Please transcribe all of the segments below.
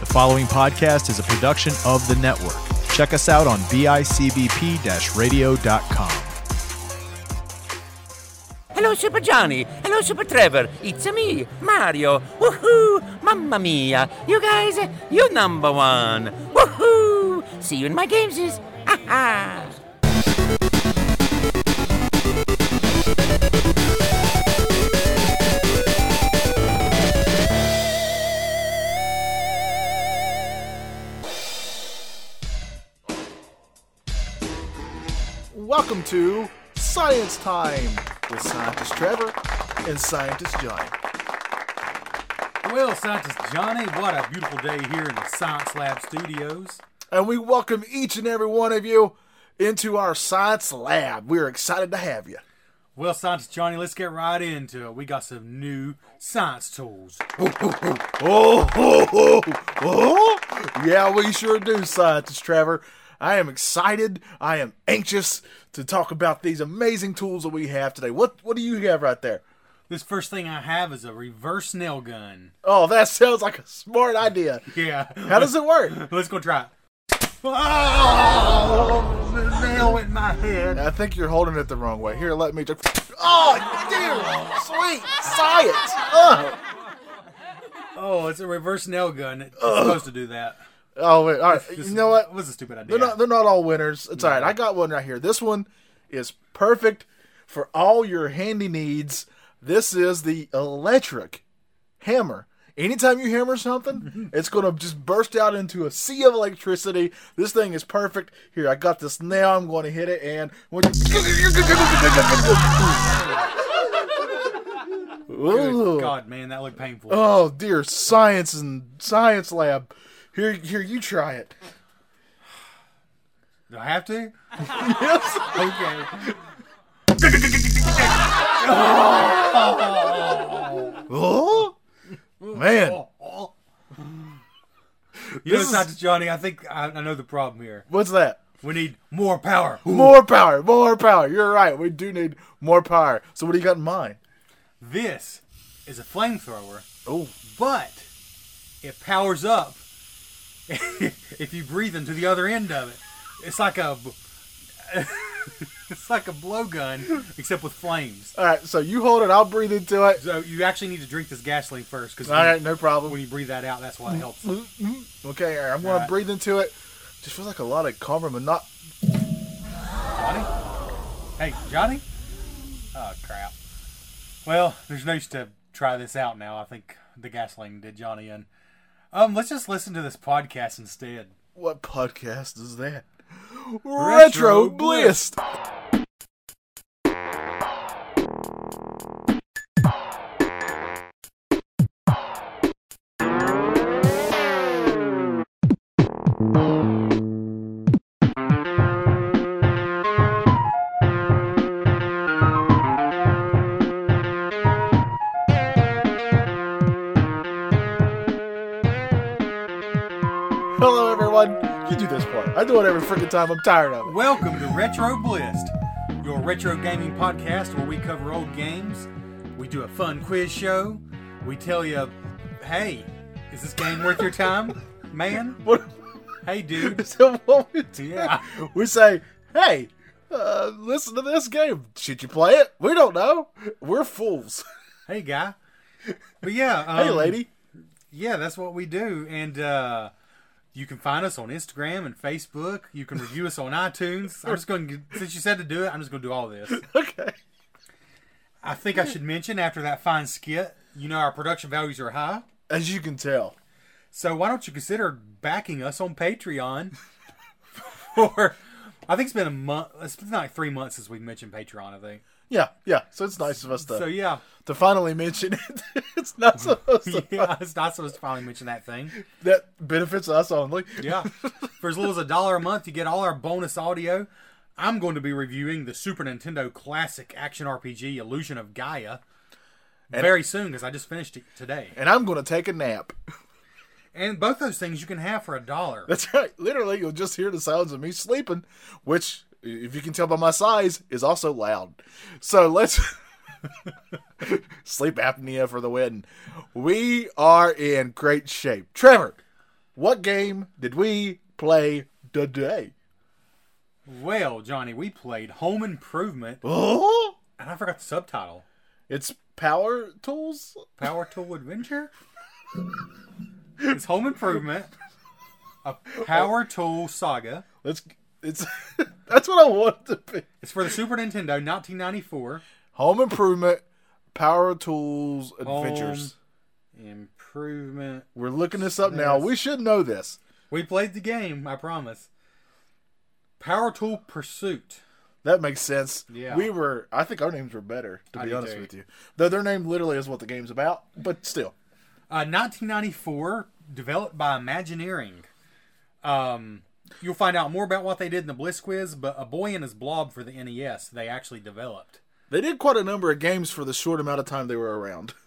The following podcast is a production of the network. Check us out on bicbp radio.com. Hello, Super Johnny. Hello, Super Trevor. It's me, Mario. Woohoo! Mamma mia! You guys, you number one. Woohoo! See you in my games. Ha ha! Welcome to Science Time with Scientist Trevor and Scientist Johnny. Well, Scientist Johnny, what a beautiful day here in the Science Lab studios. And we welcome each and every one of you into our science lab. We're excited to have you. Well, Scientist Johnny, let's get right into it. We got some new science tools. Oh, oh, oh, oh. yeah, we sure do, Scientist Trevor. I am excited. I am anxious to talk about these amazing tools that we have today. What what do you have right there? This first thing I have is a reverse nail gun. Oh, that sounds like a smart idea. Yeah. How does it work? Let's go try it. Oh, the nail in my head. I think you're holding it the wrong way. Here, let me just. Oh, dear, sweet science. Oh, Oh, it's a reverse nail gun. It's supposed to do that. oh wait, all right. This You know what? was a stupid idea. They're not they're not all winners. It's all right. I got one right here. This one is perfect for all your handy needs. This is the electric hammer. Anytime you hammer Mm-hmm. something, it's going to just burst out into a sea of electricity. This thing is perfect. Here, I got this now. I'm going to hit it and when you- Ooh. Good God, man, that looked painful. Oh dear, science and science lab. Here, here, you try it. Do I have to? Yes. Okay. Oh man, You know, Oh, This is- Scientist Johnny, I think I, I know the problem here. what's that? We need more power. More power, more power. You're right. We do need more power. So what do you got in mind? This is a flamethrower, Oh, but it powers up if you breathe into the other end of it. It's like a it's like a blowgun except with flames. all right. So you hold it. I'll breathe into it. So you actually need to drink this gasoline first because All right, no when problem. you breathe that out, that's why it helps. Okay, all right, I'm gonna right. breathe into it. Just feels like a lot of calmer, but not. Johnny? Hey, Johnny? Oh, crap. Well, there's no use to try this out now. I think the gasoline did Johnny in. Um, let's just listen to this podcast instead. What podcast is that? Retro Retro Bliss. Bliss. Hello, everyone. You do this part. I do it every freaking time. I'm tired of it. Welcome to Retro Blist, your retro gaming podcast where we cover old games, we do a fun quiz show, we tell you, hey, is this game worth your time, man? What? Hey, dude. is that what we do? Yeah. We say, hey, uh, listen to this game. Should you play it? We don't know. We're fools. Hey, guy. But yeah. Hey, um, lady. Yeah, that's what we do. And uh, you can find us on Instagram and Facebook. You can review us on iTunes. I'm just going to, since you said to do it, I'm just going to do all this. Okay. I think I should mention after that fine skit, you know, our production values are high. As you can tell. So why don't you consider backing us on Patreon? for, I think it's been a month. It's been like three months since we mentioned Patreon, I think. Yeah, yeah. So it's nice of us to, So yeah. to finally mention it. it's not supposed to. Yeah, it's not supposed to finally mention that thing. That benefits us only. Yeah. For as little as a dollar a month, you get all our bonus audio. I'm going to be reviewing the Super Nintendo classic action RPG Illusion of Gaia very soon because I just finished it today. And I'm going to take a nap. And both those things you can have for a dollar. That's right. Literally, you'll just hear the sounds of me sleeping, which, if you can tell by my size, is also loud. So let's sleep apnea for the win. We are in great shape. Trevor, What game did we play today? Well, Johnny, we played Home Improvement, Oh, and I forgot the subtitle. it's Power Tools. Power Tool Adventure. it's Home Improvement, a Power Tool Saga. Let's. It's that's what I want it to be. It's for the Super Nintendo, 1994. Home Improvement, Power Tools Adventures. Improvement. We're looking this up now. We should know this. We played the game, I promise. Power Tool Pursuit. That makes sense. Yeah. We were. I think our names were better. To I be do honest too. with you, though their name literally is what the game's about. But still, Uh, 1994, developed by Imagineering. Um, you'll find out more about what they did in the Bliss Quiz, but A Boy and His Blob for the NES, they actually developed. they did quite a number of games for the short amount of time they were around.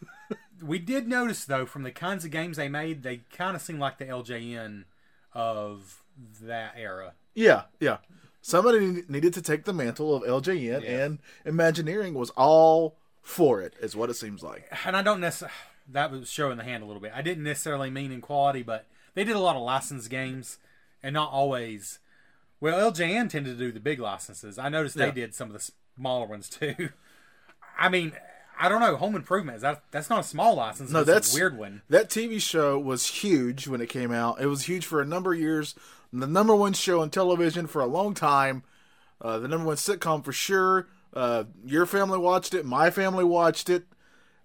We did notice, though, from the kinds of games they made, they kind of seem like the LJN of that era. yeah, yeah. Somebody needed to take the mantle of LJN, and Imagineering was all for it. Is what it seems like. and I don't necessarily that was showing the hand a little bit. I didn't necessarily mean in quality, but they did a lot of licensed games, and not always. Well, LJN tended to do the big licenses. I noticed Yeah. they did some of the smaller ones too. I mean, I don't know. Home Improvement is that that's not a small license. No, it's a that's weird one. That TV show was huge when it came out. It was huge for a number of years. The number one show on television for a long time. Uh, the number one sitcom for sure. Uh, your family watched it. My family watched it.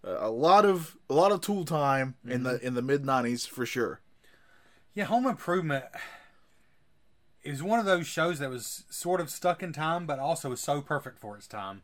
Uh, a lot of a lot of tool time in Mm-hmm. the in the mid '90s for sure. Yeah, Home Improvement is one of those shows that was sort of stuck in time, but also was so perfect for its time.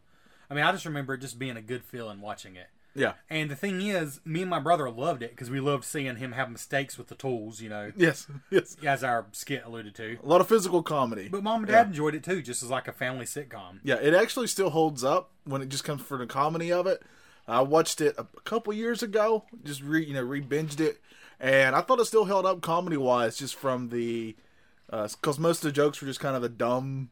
I mean, I just remember it just being a good feeling watching it. Yeah. And the thing is, me and my brother loved it because we loved seeing him have mistakes with the tools, you know, Yes. Yes. as our skit alluded to. A lot of physical comedy. But mom and dad enjoyed it too, just as like a family sitcom. Yeah, it actually still holds up when it just comes for the comedy of it. I watched it a couple years ago, just re you know re-binged it, and I thought it still held up comedy wise, just from the because most of the jokes were just kind of the dumb,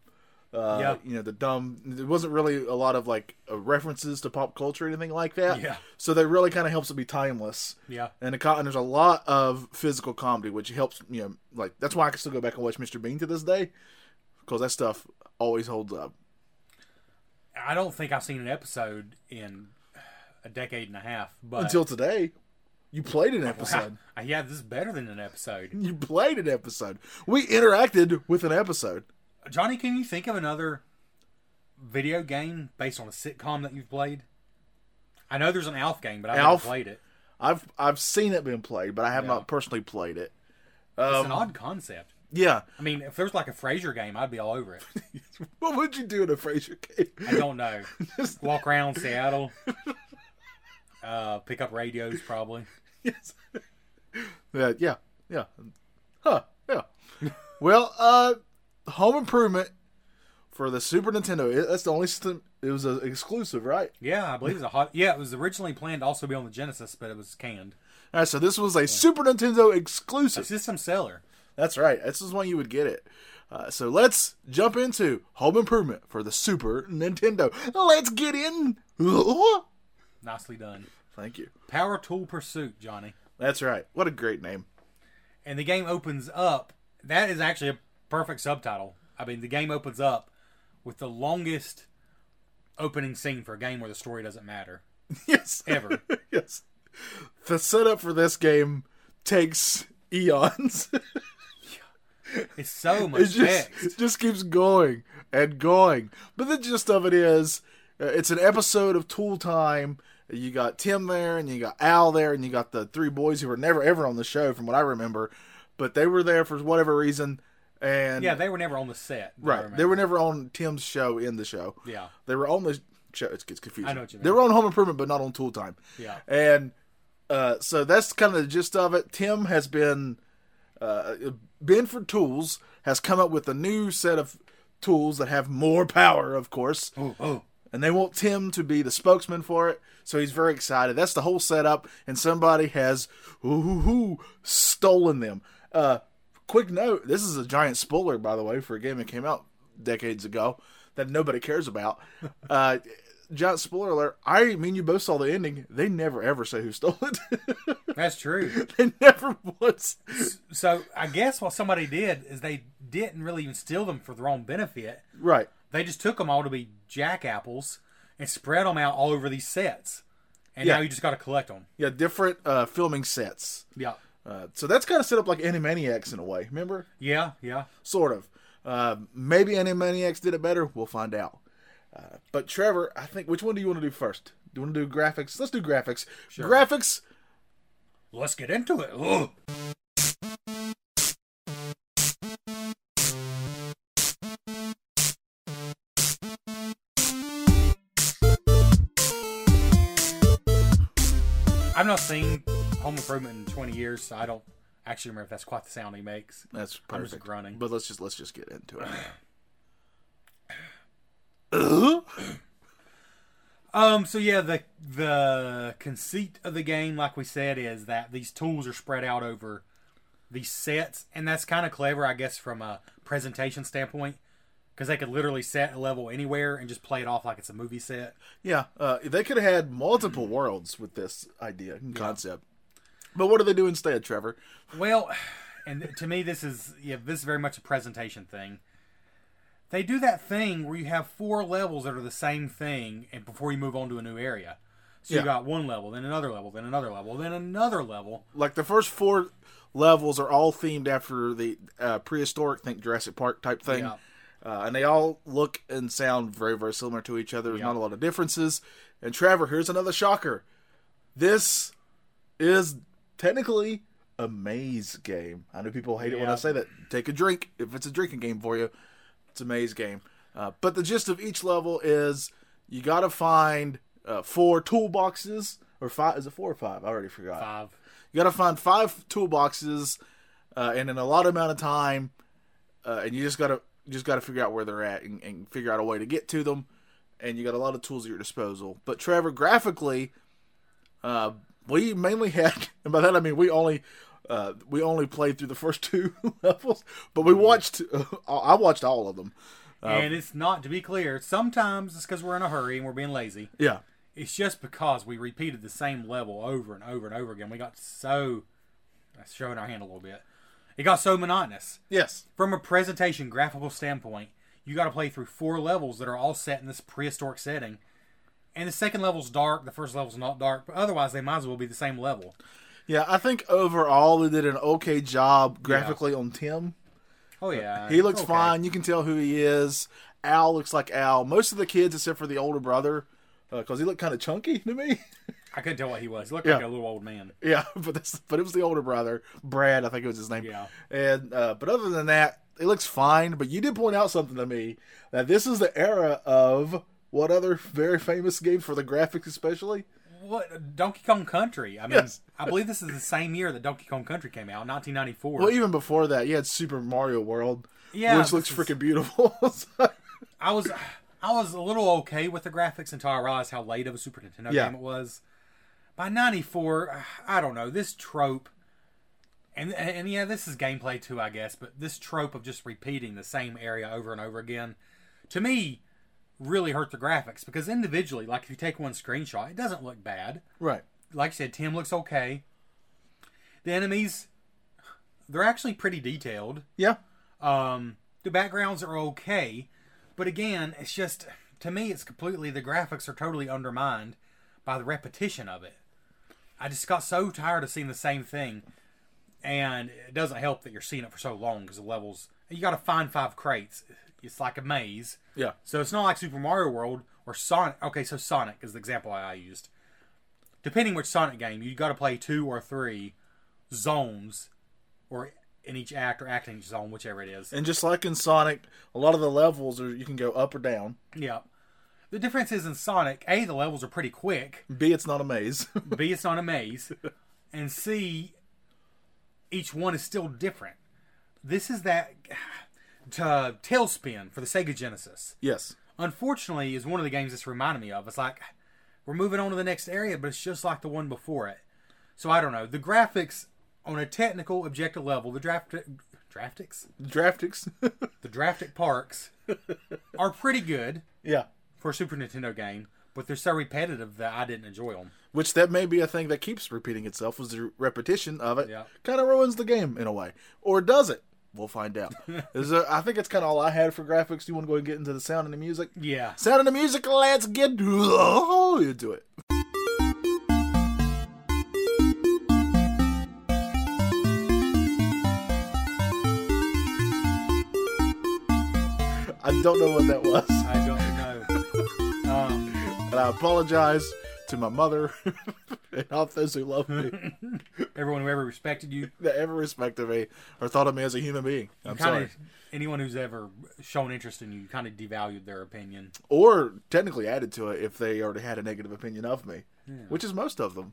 uh, Yeah. you know, the dumb. There wasn't really a lot of like uh, references to pop culture or anything like that. Yeah. So that really kind of helps it be timeless. Yeah. And, the, co- and there's a lot of physical comedy, which helps you know like that's why I can still go back and watch Mr. Bean to this day, because that stuff always holds up. I don't think I've seen an episode in a decade and a half, but until today. You played an episode. yeah, this is better than an episode. You played an episode. We interacted with an episode. Johnny, can you think of another video game based on a sitcom that you've played? I know there's an Alf game, but I Alf? haven't played it. I've I've seen it being played, but I have Yeah. not personally played it. It's Um, an odd concept. Yeah. I mean, if there's like a Frasier game, I'd be all over it. What would you do in a Frasier game? I don't know. Walk around Seattle. Uh, pick up radios, probably. Yeah, yeah, yeah. Huh, yeah. well, uh Home Improvement for the Super Nintendo. It, that's the only system it was an exclusive, right? Yeah, I believe it's a hot. Yeah, it was originally planned to also be on the Genesis, but it was canned. All right, so this was a Super Nintendo A exclusive. system seller. That's right. This is when you would get it. Uh, so let's jump into Home Improvement for the Super Nintendo. Let's get in. Nicely done. Thank you. Power Tool Pursuit, Johnny. That's right. What a great name. And the game opens up. That is actually a perfect subtitle. I mean, the game opens up with the longest opening scene for a game where the story doesn't matter Yes. ever. yes. The setup for this game takes eons. it's so much it just text. just keeps going and going. But the gist of it is, uh, it's an episode of Tool Time. You got Tim there, and you got Al there, and you got the three boys who were never ever on the show, from what I remember. But they were there for whatever reason, and Yeah, they were never on the set. I right, they remember. were never on Tim's show in the show. Yeah. they were on the show. It gets confusing. I know what you mean. They were on Home Improvement, but not on Tool Time. Yeah. and uh, so that's kind of the gist of it. Tim has been uh, Benford Tools has come up with a new set of tools that have more power, of course, Oh, oh. and they want Tim to be the spokesman for it. So he's very excited. That's the whole setup, and somebody has ooh, ooh, ooh, stolen them. Uh, quick note: this is a giant spoiler, by the way, for a game that came out decades ago that nobody cares about. Uh, giant spoiler alert. I mean, you both saw the ending. They never ever say who stole it. That's true. they never once. So I guess what somebody did is they didn't really even steal them for their own benefit. Right. They just took them all to be jackapples and spread them out all over these sets. And Yeah. now you just got to collect them. Yeah, different uh, filming sets. Yeah. Uh, so that's kind of set up like Animaniacs in a way. Remember? Yeah, yeah. Sort of. Uh, maybe Animaniacs did it better. We'll find out. Uh, but Trevor, I think which one do you want to do first? Do you want to do graphics? Let's do graphics. Graphics. Let's get into it. Ugh. I've not seen Home Improvement in 20 years, so I don't actually remember if that's quite the sound he makes. That's perfect. I'm just grunting. But let's just let's just get into it. Um. So yeah, the the conceit of the game, like we said, is that these tools are spread out over these sets, and that's kind of clever, I guess, from a presentation standpoint, because they could literally set a level anywhere and just play it off like it's a movie set. Yeah, uh, they could have had multiple worlds with this idea and concept. But what do they do instead, Trevor? Well, and to me, this is yeah, this is very much a presentation thing. They do that thing where you have four levels that are the same thing, and before you move on to a new area, so Yeah. you got one level, then another level, then another level, then another level. Like the first four levels are all themed after the uh, prehistoric, think Jurassic Park type thing, Yeah. uh, and they all look and sound very, very similar to each other. There's not a lot of differences. And Trevor, here's another shocker: this is technically a maze game. I know people hate it when I Yeah. say that. Take a drink if it's a drinking game for you. It's a maze game. Uh, but the gist of each level is you got to find uh, four toolboxes or five. Is it four or five? I already forgot. Five. You got to find five toolboxes, uh, and in a lot amount of time, uh, and you just gotta you just gotta figure out where they're at and, and figure out a way to get to them. And you got a lot of tools at your disposal. But Trevor, graphically, uh, we mainly had, and by that I mean we only. Uh, we only played through the first two levels, but we watched. uh, I watched all of them. and it's not to be clear. Sometimes it's because we're in a hurry and we're being lazy. Yeah, It's just because we repeated the same level over and over and over again. We got so that's showing our hand a little bit. It got so monotonous yes, from a presentation graphical standpoint. You got to play through four levels that are all set in this prehistoric setting, and the second level's dark. The first level's not dark, but otherwise they might as well be the same level. yeah. I think overall they did an okay job graphically on Tim. Oh yeah, He looks okay. fine. You can tell who he is. Al looks like Al. Most of the kids, except for the older brother, because he looked kind of chunky to me. I couldn't tell what he was. He looked like Yeah. a little old man. yeah, but that's, but it was the older brother, Brad. I think it was his name. Yeah. And uh, but other than that, it looks fine. But you did point out something to me that this is the era of what other very famous game for the graphics, especially. What Donkey Kong Country? I mean, Yes. I believe this is the same year that Donkey Kong Country came out, 1994. Well, even before that, you had Super Mario World, Yeah, which this looks is- freaking beautiful. So- I was I was a little okay with the graphics until I realized how late of a Super Nintendo Yeah. game it was. By '94, I don't know this trope, and and yeah, this is gameplay too, I guess. But this trope of just repeating the same area over and over again, to me, really hurt the graphics because individually, like if you take one screenshot, it doesn't look bad right. like I said, Tim looks okay. The enemies, they're actually pretty detailed. Yeah. Um, the backgrounds are okay, but again, it's just to me, it's completely the graphics are totally undermined by the repetition of it. I just got so tired of seeing the same thing, and it doesn't help that you're seeing it for so long because the levels you got to find five crates. It's like a maze. Yeah. So it's not like Super Mario World or Sonic. Okay, so Sonic is the example I used. Depending which Sonic game, you got to play two or three zones, or in each act or act in each zone, whichever it is. And just like in Sonic, a lot of the levels are you can go up or down. Yeah. The difference is in Sonic, a the levels are pretty quick. B, it's not a maze. B it's not a maze, and C each one is still different. This is that to Tailspin for the Sega Genesis. yes. unfortunately is one of the games that's reminded me of. It's like we're moving on to the next area, but it's just like the one before it. So I don't know. The graphics on a technical objective level, the draft draftics, Draftix. the draftic parks are pretty good yeah. for a Super Nintendo game, but they're so repetitive that I didn't enjoy them. Which that may be a thing that keeps repeating itself was the repetition of it. Yeah. Kind of ruins the game in a way, or does it? We'll find out. Is there- I think it's kind of all I had for graphics. Do you want to go and get into the sound and the music? Yeah. Sound and the music. Let's get into it. I don't know what that was. I don't know. um, And I apologize to my mother and all those who love me, everyone who ever respected you, that ever respected me or thought of me as a human being. I'm kind sorry. of anyone who's ever shown interest in you, kind of devalued their opinion. Or technically added to it if they already had a negative opinion of me, which is most of them.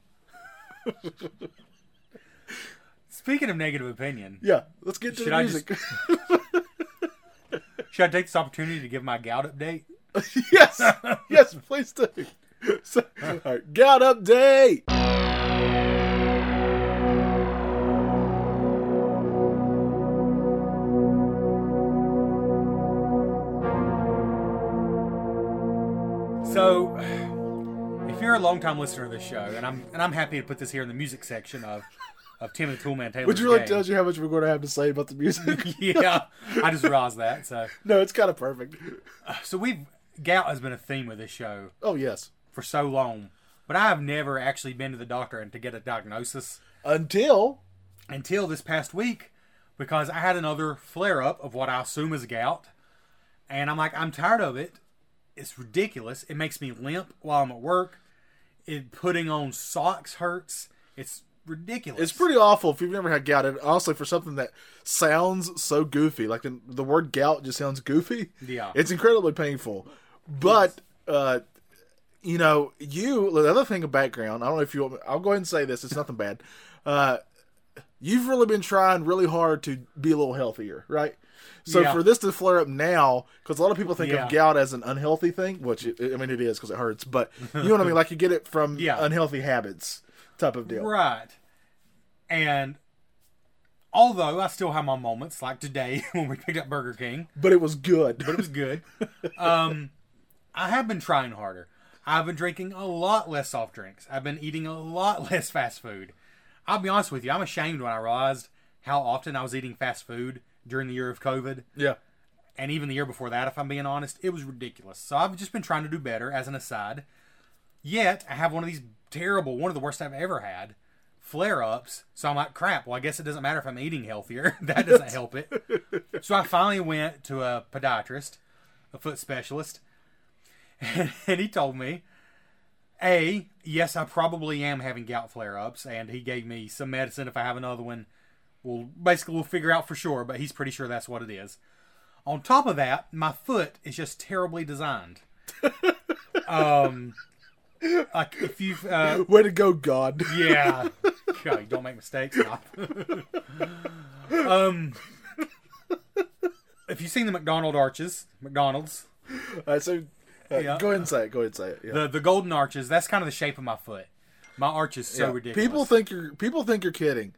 Speaking of negative opinion, Yeah, let's get to Should the I music. should I take this opportunity to give my gout update? yes, yes, please do. So, all right, got update. So, if you're a longtime listener of this show, and I'm and I'm happy to put this here in the music section of of Tim and the Toolman Taylor. Which really tells you how much we're going to have to say about the music. yeah, I just realized that. So, no, it's kind of perfect. so we've gout has been a theme of this show Oh yes, for so long, but I have never actually been to the doctor and to get a diagnosis until until this past week because I had another flare up of what I assume is gout. And I'm like, I'm tired of it. It's ridiculous. It makes me limp while I'm at work. It putting on socks hurts. It's ridiculous. It's pretty awful if you've never had gout. And honestly, for something that sounds so goofy, like the, the word gout just sounds goofy. Yeah. It's incredibly painful. But, uh, you know, you, the other thing of background, I don't know if you want me, I'll go ahead and say this, it's nothing bad. Uh, you've really been trying really hard to be a little healthier, right? So Yeah. for this to flare up now, because a lot of people think Yeah. of gout as an unhealthy thing, which it, I mean it is because it hurts, but you know what I mean. Like you get it from Yeah. unhealthy habits, type of deal. Right. And although I still have my moments, like today when we picked up Burger King, But it was good. but it was good. um, I have been trying harder. I've been drinking a lot less soft drinks. I've been eating a lot less fast food. I'll be honest with you, I'm ashamed when I realized how often I was eating fast food during the year of COVID Yeah. and even the year before that, if I'm being honest, it was ridiculous. So I've just been trying to do better as an aside. Yet I have one of these terrible, one of the worst I've ever had, flare ups. So I'm like, crap, well, I guess it doesn't matter if I'm eating healthier. that doesn't help it. so I finally went to a podiatrist, a foot specialist, and, and he told me, A, yes, I probably am having gout flare ups. And he gave me some medicine if I have another one. We'll basically we'll figure out for sure, but he's pretty sure that's what it is. On top of that, my foot is just terribly designed. um, like if you, uh, Way to go, God. yeah, God, you don't make mistakes. Doc. um, if you've seen the McDonald arches, McDonald's, Alright, so uh, Yeah. go ahead and say it. Go ahead and say it. Yeah. the the golden arches, that's kind of the shape of my foot. My arch is so Yeah. ridiculous. People think you're people think you're kidding.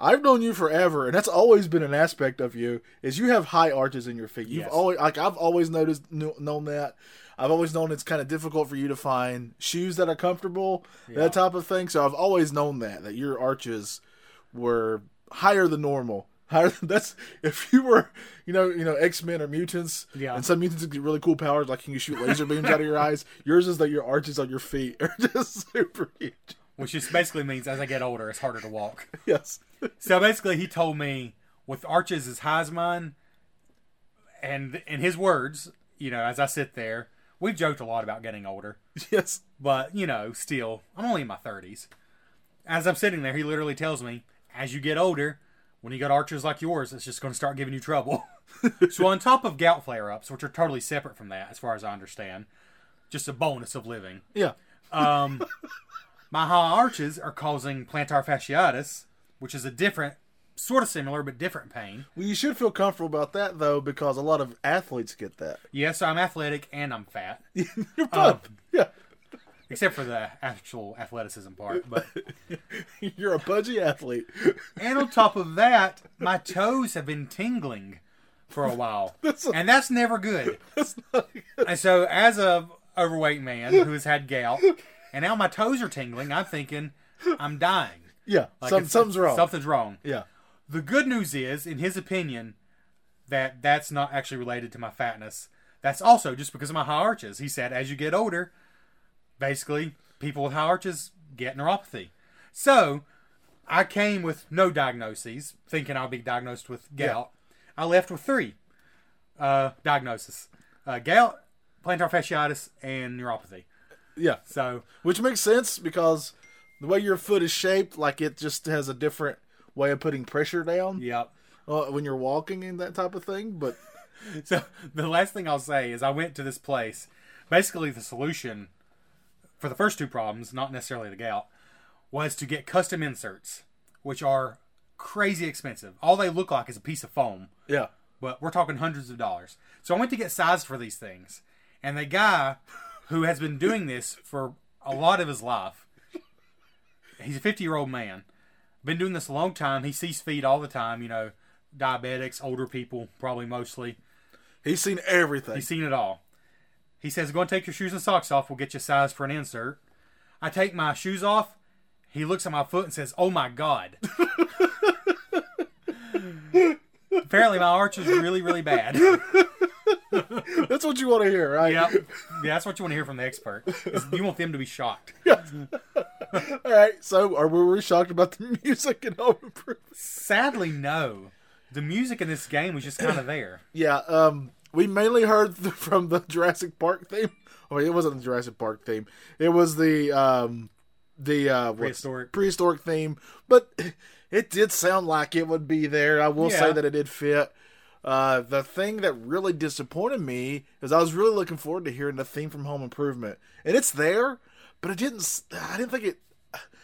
I've known you forever, and that's always been an aspect of you is you have high arches in your feet. You've Yes. always like I've always noticed kn- known that. I've always known it's kind of difficult for you to find shoes that are comfortable, that type of thing. So I've always known that that your arches were higher than normal. Higher than, that's if you were, you know, you know, X Men or mutants, Yeah. And some mutants get really cool powers, like can you shoot laser beams out of your eyes? Yours is that your arches on your feet are just super huge. which just basically means as I get older, it's harder to walk. Yes. So basically, he told me with arches as high as mine, and in his words, you know, as I sit there, we've joked a lot about getting older, Yes. but you know, still, I'm only in my 30s. As I'm sitting there, he literally tells me, as you get older, when you got arches like yours, it's just going to start giving you trouble. so, on top of gout flare ups, which are totally separate from that, as far as I understand, just a bonus of living, Yeah. um, my high arches are causing plantar fasciitis, which is a different, sort of similar but different pain. Well, you should feel comfortable about that though, because a lot of athletes get that. Yeah, so I'm athletic and I'm fat, You're fine. yeah. except for the actual athleticism part. But You're a pudgy athlete. and on top of that, my toes have been tingling for a while, and that's never good. and so as of overweight man who has had gout, and now my toes are tingling. I'm thinking I'm dying. Yeah, Like, some, it's- something's wrong. Something's wrong. Yeah, The good news is, in his opinion, that that's not actually related to my fatness. That's also just because of my high arches. He said, as you get older, basically, people with high arches get neuropathy. So, I came with no diagnoses, thinking I'll be diagnosed with gout. I left with three uh, diagnoses uh, gout, plantar fasciitis, and neuropathy. yeah, So, which makes sense because the way your foot is shaped, like it just has a different way of putting pressure down yeah. uh, when you're walking and that type of thing. But So the last thing I'll say is I went to this place. Basically, the solution for the first two problems, not necessarily the gout, was to get custom inserts, which are crazy expensive. All they look like is a piece of foam, yeah, but we're talking hundreds of dollars. So I went to get sized for these things, and the guy who has been doing this for a lot of his life, he's a 50 year old man, been doing this a long time. He sees feet all the time, you know, diabetics, older people, probably mostly. he's seen everything. He's seen it all. He says, Go and take your shoes and socks off. We'll get you a size for an insert. I take my shoes off. He looks at my foot and says, Oh my God. Apparently, my arch is really, really bad. That's what you want to hear, right? yep. Yeah, that's what you want to hear from the expert. is You want them to be shocked. All right. So, are we were shocked about the music and home improvement? Sadly, no. The music in this game was just kind of there. Yeah. Um, we mainly heard th- from the Jurassic Park theme. Oh, it wasn't the Jurassic Park theme. It was the um, the uh, what's- Prehistoric. prehistoric theme. But it did sound like it would be there. I will say Yeah. that it did fit. Uh, the thing that really disappointed me is I was really looking forward to hearing the theme from Home Improvement, and it's there, but it didn't. s- I didn't think it.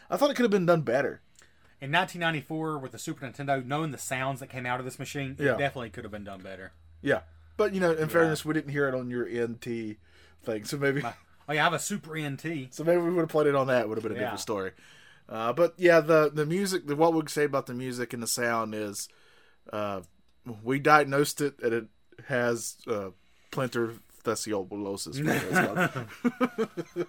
I thought it could have been done better. In 1994, with the Super Nintendo, knowing the sounds that came out of this machine, Yeah. it definitely could have been done better. Yeah, but you know, in fairness, we didn't hear it on your NT thing, so maybe Oh, yeah, I have a Super NT. so maybe we would have played it on that. Would have been a Yeah. different story. Uh, but yeah, the the music, the, what we could say about the music and the sound is, uh, we diagnosed it and it has uh, plantar fasciitis. whatever it's called.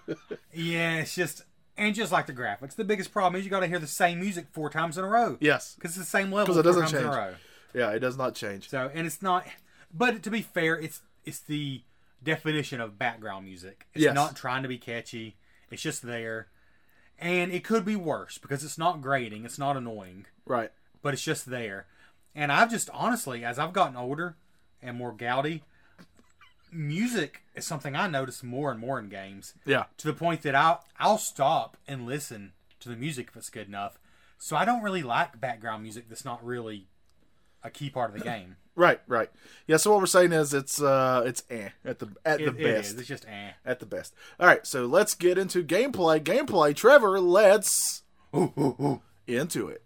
Yeah, it's just and just like the graphics, the biggest problem is you got to hear the same music four times in a row. yes, because it's the same level 'Cause it doesn't four times in a change. row. yeah, it does not change. So and it's not. But to be fair, it's it's the definition of background music. It's Yes. not trying to be catchy. It's just there, and it could be worse because it's not grating. It's not annoying, Right? but it's just there. And I've just honestly, as I've gotten older and more gouty, music is something I notice more and more in games Yeah. to the point that I'll I'll stop and listen to the music if it's good enough. So I don't really like background music that's not really a key part of the game. Right. Right. Yeah. So what we're saying is it's uh it's eh, at the at It- the it best is. It's just eh. at the best. All right. So let's get into gameplay. Gameplay. Trevor, let's. Ooh, ooh, ooh. into it.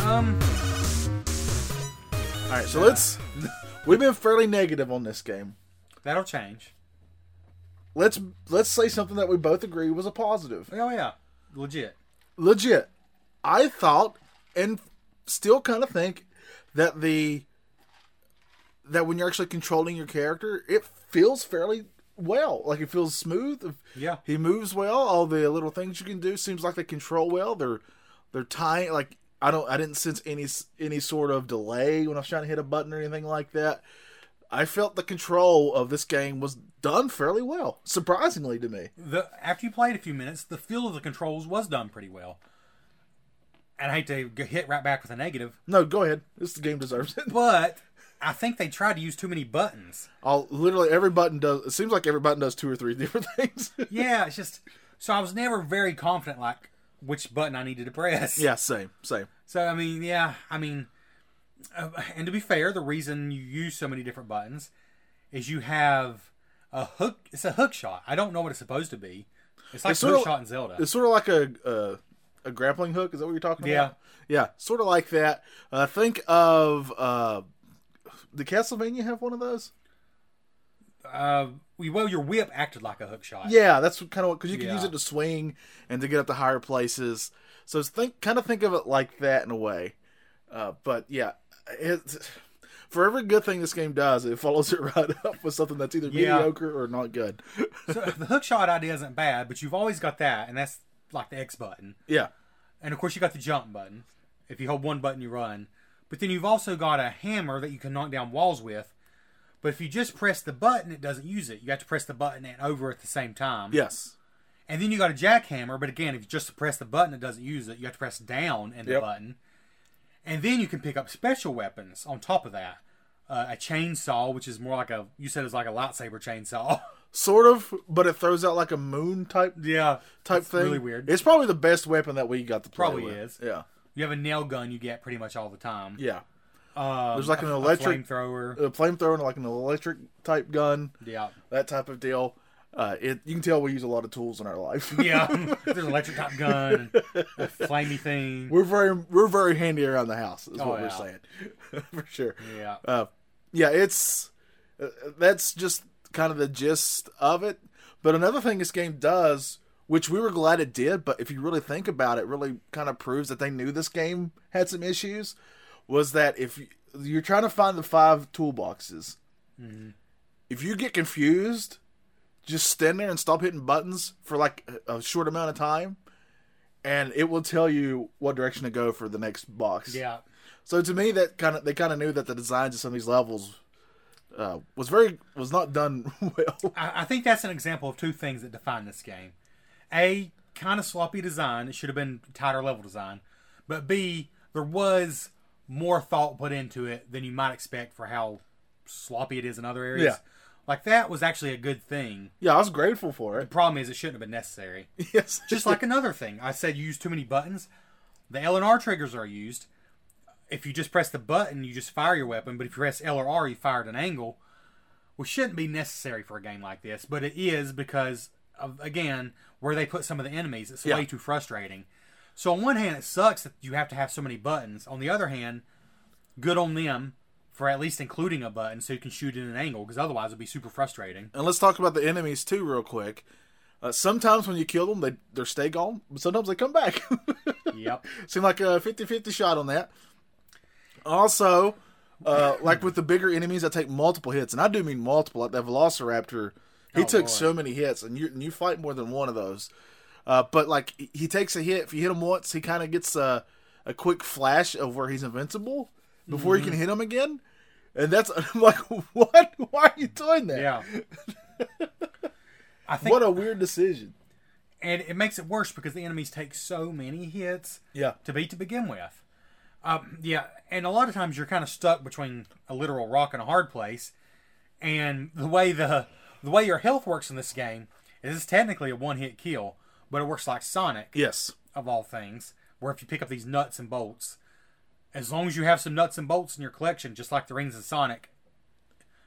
Um, All right, so let's. We've been fairly negative on this game. that'll change. Let's let's say something that we both agree was a positive. Oh yeah, legit. Legit, I thought and still kind of think that the that when you're actually controlling your character, it feels fairly well. Like it feels smooth. Yeah. he moves well. All the little things you can do seems like they control well. They're they're tying like I don't I didn't sense any s- any sort of delay when I was trying to hit a button or anything like that. I felt the control of this game was done fairly well, surprisingly to me. The after you played a few minutes, the feel of the controls was done pretty well. And I hate to g- hit right back with a negative, No, go ahead. This game deserves it. but I think they tried to use too many buttons. I'll literally every button does. It seems like every button does two or three different things. Yeah, it's just so I was never very confident like which button I needed to press. yeah, same, same. So I mean, yeah, I mean, uh, and to be fair, the reason you use so many different buttons is you have a hook. It's a hook shot. I don't know what it's supposed to be. It's like It's hook sorta- shot in Zelda. It's sort of like a a, a grappling hook. Is that what you're talking Yeah. about? Yeah, sort of like that. Uh, think of uh, the Castlevania have one of those. uh, well, your whip acted like a hook shot. Yeah, that's kind of because you can use Yeah. it to swing and to get up to higher places. So think, kind of think of it like that in a way. Uh, but yeah, it, for every good thing this game does, it follows it right up with something that's either Yeah. mediocre or not good. So the hook shot idea isn't bad, but you've always got that, and that's like the X button. yeah, And of course, you got the jump button. If you hold one button, you run. But then you've also got a hammer that you can knock down walls with. But if you just press the button, it doesn't use it. You have to press the button and over at the same time. yes, And then you got a jackhammer, but again, if you just press the button, it doesn't use it. You have to press down and the Yep. button. And then you can pick up special weapons on top of that. Uh, a chainsaw, which is more like a, you said it was like a lightsaber chainsaw. sort of, but it throws out like a moon type yeah. type it's thing. really weird. It's probably the best weapon that we got to play Probably with. is. Yeah, you have a nail gun you get pretty much all the time. yeah. Um, There's like a- an a electric- flamethrower. A flamethrower, and like an electric type gun, yeah. that type of deal. Uh, it you can tell we use a lot of tools in our life. Yeah. There's an electric top gun, and a flamey thing. We're very we're very handy around the house. Is Oh, what yeah. we're saying, for sure. Yeah. Uh, yeah, it's uh, that's just kind of the gist of it. But another thing this game does, which we were glad it did, but if you really think about it, really kind of proves that they knew this game had some issues, was that if you, you're trying to find the five toolboxes, if you get confused, just stand there and stop hitting buttons for like a a short amount of time. And it will tell you what direction to go for the next box. Yeah. So to me, that kind of they kind of knew that the designs of some of these levels uh, was very was not done well. I, I think that's an example of two things that define this game. A, kind of sloppy design. It should have been tighter level design. But B, there was more thought put into it than you might expect for how sloppy it is in other areas. Yeah. Like that was actually a good thing. Yeah, I was grateful for it. Problem is, it shouldn't have been necessary. Yes, Just like another thing, I said you use too many buttons. The L and R triggers are used. If you just press the button, you just fire your weapon. But if you press L or R, you fire at an angle, which shouldn't be necessary for a game like this, but it is because of again where they put some of the enemies. It's Yeah. way too frustrating. So on one hand, it sucks that you have to have so many buttons. On the other hand, good on them for at least including a button so you can shoot at an angle, because otherwise it'd be super frustrating. and let's talk about the enemies too, real quick. Uh, sometimes when you kill them, they they stay gone, but sometimes they come back. yep. Seemed like a 50-50 shot on that. Also, uh, like with the bigger enemies, I take multiple hits, and I do mean multiple. Like that Velociraptor, he Oh, took Lord. so many hits, and you and you fight more than one of those. Uh, but like he- he takes a hit, if you hit him once, he kind of gets a a quick flash of where he's invincible before you can Mm-hmm. hit him again. And that's I'm like, what? Why are you doing that? Yeah. I think What a weird decision. and it makes it worse because the enemies take so many hits Yeah. to beat to begin with. Um, yeah, and a lot of times you're kind of stuck between a literal rock and a hard place. And the way the the way your health works in this game is it's technically a one hit kill, but it works like Sonic Yes. of all things, where if you pick up these nuts and bolts, as long as you have some nuts and bolts in your collection, just like the rings in Sonic,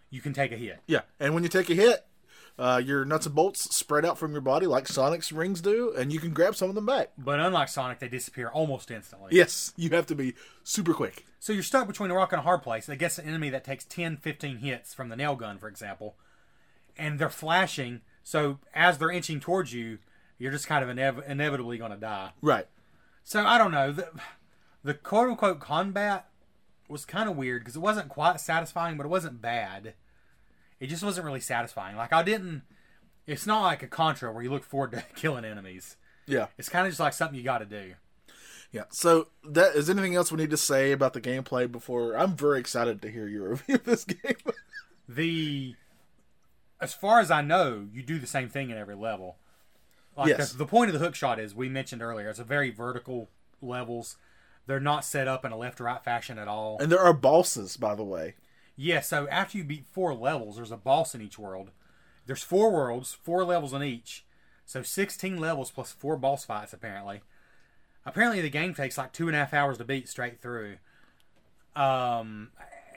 you can take a hit. Yeah, and when you take a hit, uh, your nuts and bolts spread out from your body like Sonic's rings do, and you can grab some of them back. But unlike Sonic, they disappear almost instantly. Yes, you have to be super quick. So you're stuck between a rock and a hard place against an enemy that takes 10, 15 hits from the nail gun, for example, and they're flashing. So as they're inching towards you, you're just kind of inev- inevitably going to die. Right. So I don't know. The, the quote unquote combat was kind of weird because it wasn't quite satisfying, but it wasn't bad. It just wasn't really satisfying. Like, I didn't. It's not like a Contra where you look forward to killing enemies. Yeah. It's kind of just like something you got to do. Yeah. So that is anything else we need to say about the gameplay before I'm very excited to hear your review of this game. the as far as I know, you do the same thing in every level. Like Yes. the, the point of the hook shot is we mentioned earlier, it's a very vertical levels. They're not set up in a left or right fashion at all. and there are bosses, by the way. yeah, so after you beat four levels, there's a boss in each world. There's four worlds, four levels in each. So sixteen levels plus four boss fights apparently. Apparently the game takes like two and a half hours to beat straight through. Um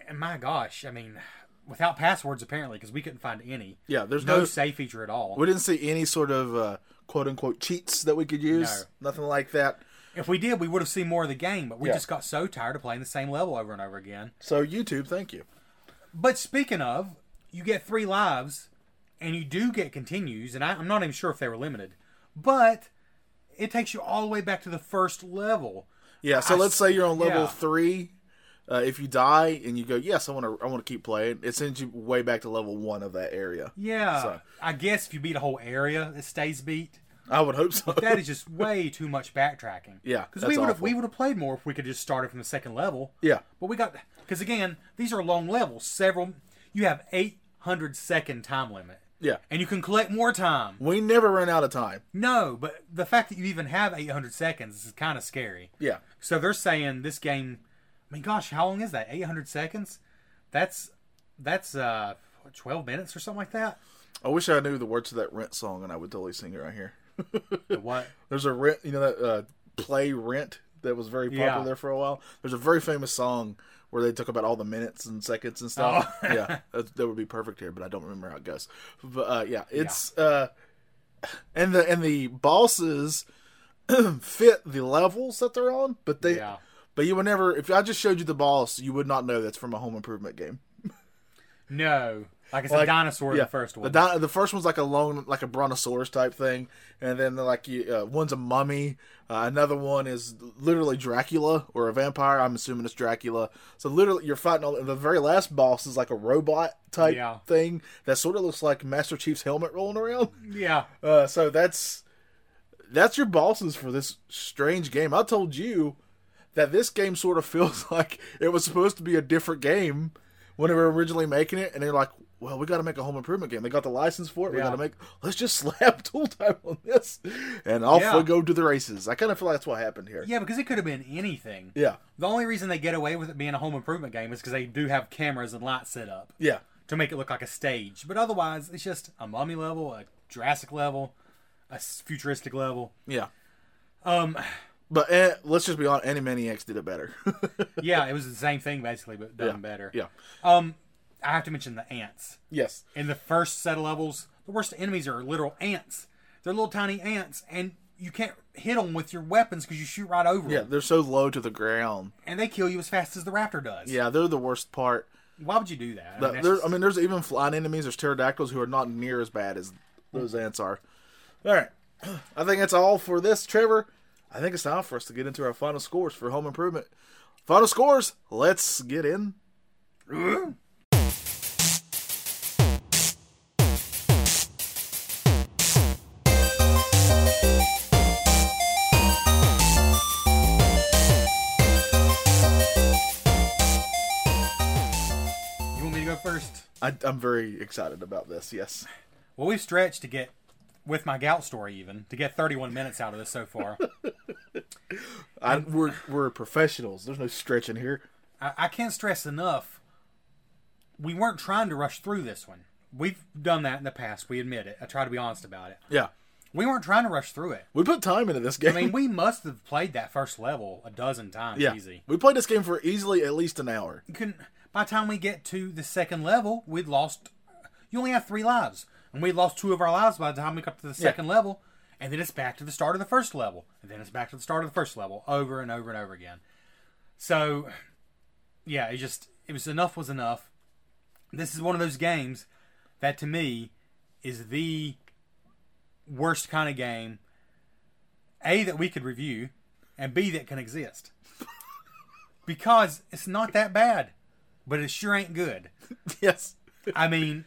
and my gosh, I mean without passwords apparently because we couldn't find any. Yeah. There's no, no. save feature at all. we didn't see any sort of uh, quote unquote cheats that we could use. Nothing like that. If we did, we would have seen more of the game, but we Yeah. just got so tired of playing the same level over and over again. So YouTube, thank you. But speaking of, you get three lives, and you do get continues, and I, I'm not even sure if they were limited, but it takes you all the way back to the first level. Yeah, so I let's s- say you're on level yeah. three. Uh, if you die and you go, yes, I want to, I want to keep playing. It sends you way back to level one of that area. Yeah, So- I guess if you beat a whole area, it stays beat. I would hope so. That is just way too much backtracking. Yeah, because we that's would have awful. we would have played more if we could just started from the second level. yeah, But we got because again, these are long levels. Several, you have eight hundred second time limit, yeah. and you can collect more time. We never run out of time. No, but the fact that you even have eight hundred seconds is kind of scary. Yeah, So they're saying this game. I mean, gosh, how long is that? Eight hundred seconds. That's that's uh what, twelve minutes or something like that. I wish I knew the words of that Rent song, and I would totally sing it right here. The what? There's a Rent, you know that uh, play Rent that was very Yeah. popular for a while. There's a very famous song where they talk about all the minutes and seconds and stuff. Oh. yeah, that, that would be perfect here, but I don't remember how it goes. But uh, yeah, it's uh, and the and the bosses fit the levels that they're on, but they. Yeah. But you would never. If I just showed you the boss, you would not know that's from a Home Improvement game. No, like it's a Like- dinosaur in the first The, one. di- the first one's like a long, like a brontosaurus type thing, and then like you, uh, one's a mummy. Uh, another one is literally Dracula or a vampire. I'm assuming it's Dracula. So literally, you're fighting all. and The very last boss is like a robot type Yeah. thing that sort of looks like Master Chief's helmet rolling around. yeah, Uh, so that's that's your bosses for this strange game. I told you that this game sort of feels like it was supposed to be a different game when they were originally making it, and they're like, "Well, we got to make a home improvement game. They got the license for it. We Yeah. got to make. Let's just slap tool time on this, and off Yeah. we go to the races." I kind of feel like that's what happened here. yeah, because it could have been anything. Yeah, The only reason they get away with it being a home improvement game is because they do have cameras and lights set up yeah, to make it look like a stage. But otherwise, it's just a mummy level, a Jurassic level, a s- futuristic level. yeah. Um, But eh, let's just be honest, Animaniacs did it better. yeah, it was the same thing basically, but done better. yeah. Um, I have to mention the ants Yes. in the first set of levels. The worst enemies are literal ants. They're little tiny ants, and you can't hit them with your weapons because you shoot right over Yeah, them, they're so low to the ground. and they kill you as fast as the raptor does. Yeah, they're the worst part. Why would you do that? I But um, mean, that's there, just- I mean, there's even flying enemies. There's pterodactyls who are not near as bad as Hmm. those ants are. All right, I think that's all for this, Trevor. I think it's time for us to get into our final scores for home improvement. Final scores. Let's get in. you want me to go first? I, I'm very excited about this. Yes. Well, we've stretched to get, with my gout story even, to get 31 minutes out of this so far. I, we're we're professionals. There's no stretching here. I, I can't stress enough, we weren't trying to rush through this one. We've done that in the past. We admit it. I try to be honest about it. Yeah, We weren't trying to rush through it. we put time into this game. I mean, we must have played that first level a dozen times yeah, easy. we played this game for easily at least an hour. You can, by the time we get to the second level, we'd lost. You only have three lives, and we lost two of our lives by the time we got to the second level. And then it's back to the start of the first level, and then it's back to the start of the first level, over and over and over again. So, yeah, it just it was enough was enough. This is one of those games that to me is the worst kind of game. A that we could review, and B that can exist because it's not that bad, but it sure ain't good. Yes. I mean,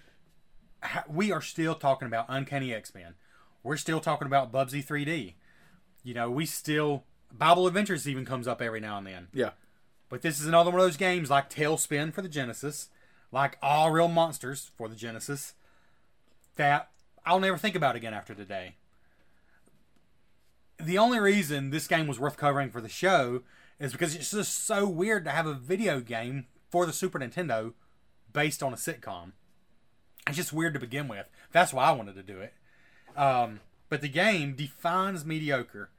ha- we are still talking about Uncanny X Men. We're still talking about Bubsy 3D. You know, we still Bible Adventures even comes up every now and then. Yeah. But this is another one of those games like Tailspin for the Genesis, like All Real Monsters for the Genesis, that I'll never think about again after today. The only reason this game was worth covering for the show is because it's just so weird to have a video game for the Super Nintendo based on a sitcom. It's just weird to begin with. That's why I wanted to do it. Um, but the game defines mediocre.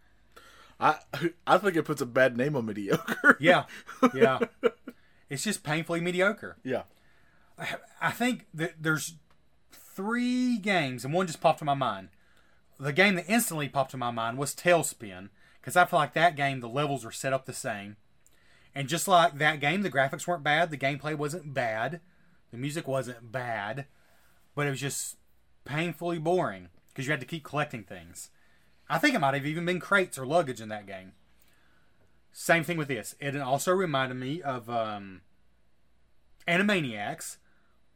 I I think it puts a bad name on mediocre. Yeah, yeah. it's just painfully mediocre. yeah. I think that there's three games, and one just popped to my mind. The game that instantly popped to my mind was Tailspin, because I feel like that game, the levels were set up the same. And just like that game, the graphics weren't bad, the gameplay wasn't bad, the music wasn't bad. but it was just painfully boring because you had to keep collecting things. I think it might have even been crates or luggage in that game. Same thing with this. It also reminded me of um, Animaniacs,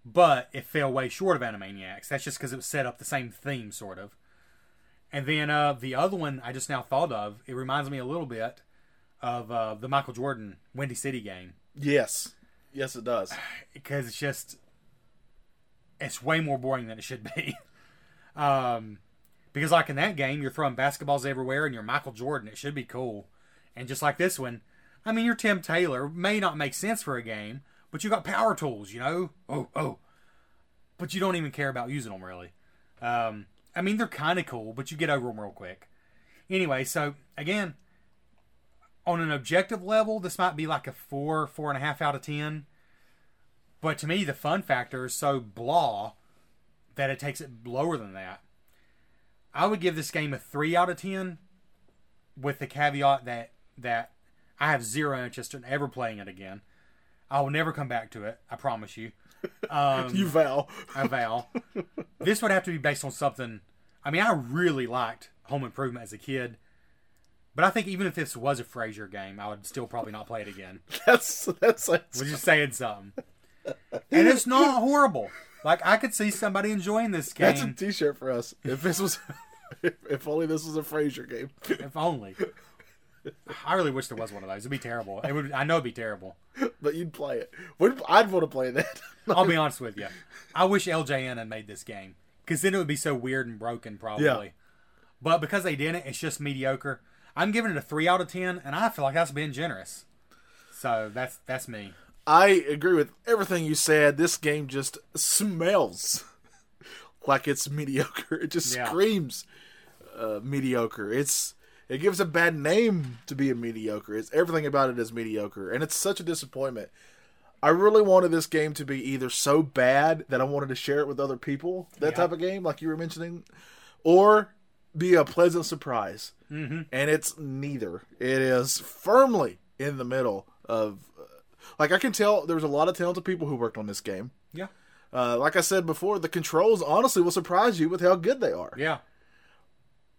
but it fell way short of Animaniacs. That's just because it was set up the same theme, sort of. And then uh, the other one I just now thought of, it reminds me a little bit of uh, the Michael Jordan Windy City game Yes. Yes, it does. because it's just it's way more boring than it should be. um, because like in that game, you're throwing basketballs everywhere, and you're Michael Jordan. It should be cool, and just like this one, I mean, you're Tim Taylor. May not make sense for a game, but you got power tools, you know. Oh, oh, but you don't even care about using them really. Um, I mean, they're kind of cool, but you get over them real quick. Anyway, so again, on an objective level, this might be like a four, four and a half out of ten. But to me, the fun factor is so blah that it takes it lower than that. I would give this game a three out of ten, with the caveat that that I have zero interest in ever playing it again. I will never come back to it. I promise you. Um, You vow. I vow. this would have to be based on something. I mean, I really liked Home Improvement as a kid, but I think even if this was a Frasier game, I would still probably not play it again. That's that's like We're just saying something. And it's not horrible. Like I could see somebody enjoying this that's a game T-shirt for us. If this was, if, if only this was a Frasier game. if only. I really wish there was one of those. It'd be terrible. It would. I know it'd be terrible. But you'd play it. Would I'd want to play that. I'll be honest with you. I wish LJN had made this game because then it would be so weird and broken, probably. Yeah. But because they didn't, it's just mediocre. I'm giving it a three out of ten, and I feel like that's being generous. So that's that's me. I agree with everything you said. This game just smells like it's mediocre. It just Yeah. screams uh, mediocre. It's it gives a bad name to be a mediocre. It's everything about it is mediocre, and it's such a disappointment. I really wanted this game to be either so bad that I wanted to share it with other people, that type of game, like you were mentioning, or be a pleasant surprise. Mm-hmm. And it's neither. It is firmly in the middle of. Like, I can tell there was a lot of talented people who worked on this game. Yeah. Uh, like I said before, the controls honestly will surprise you with how good they are. Yeah.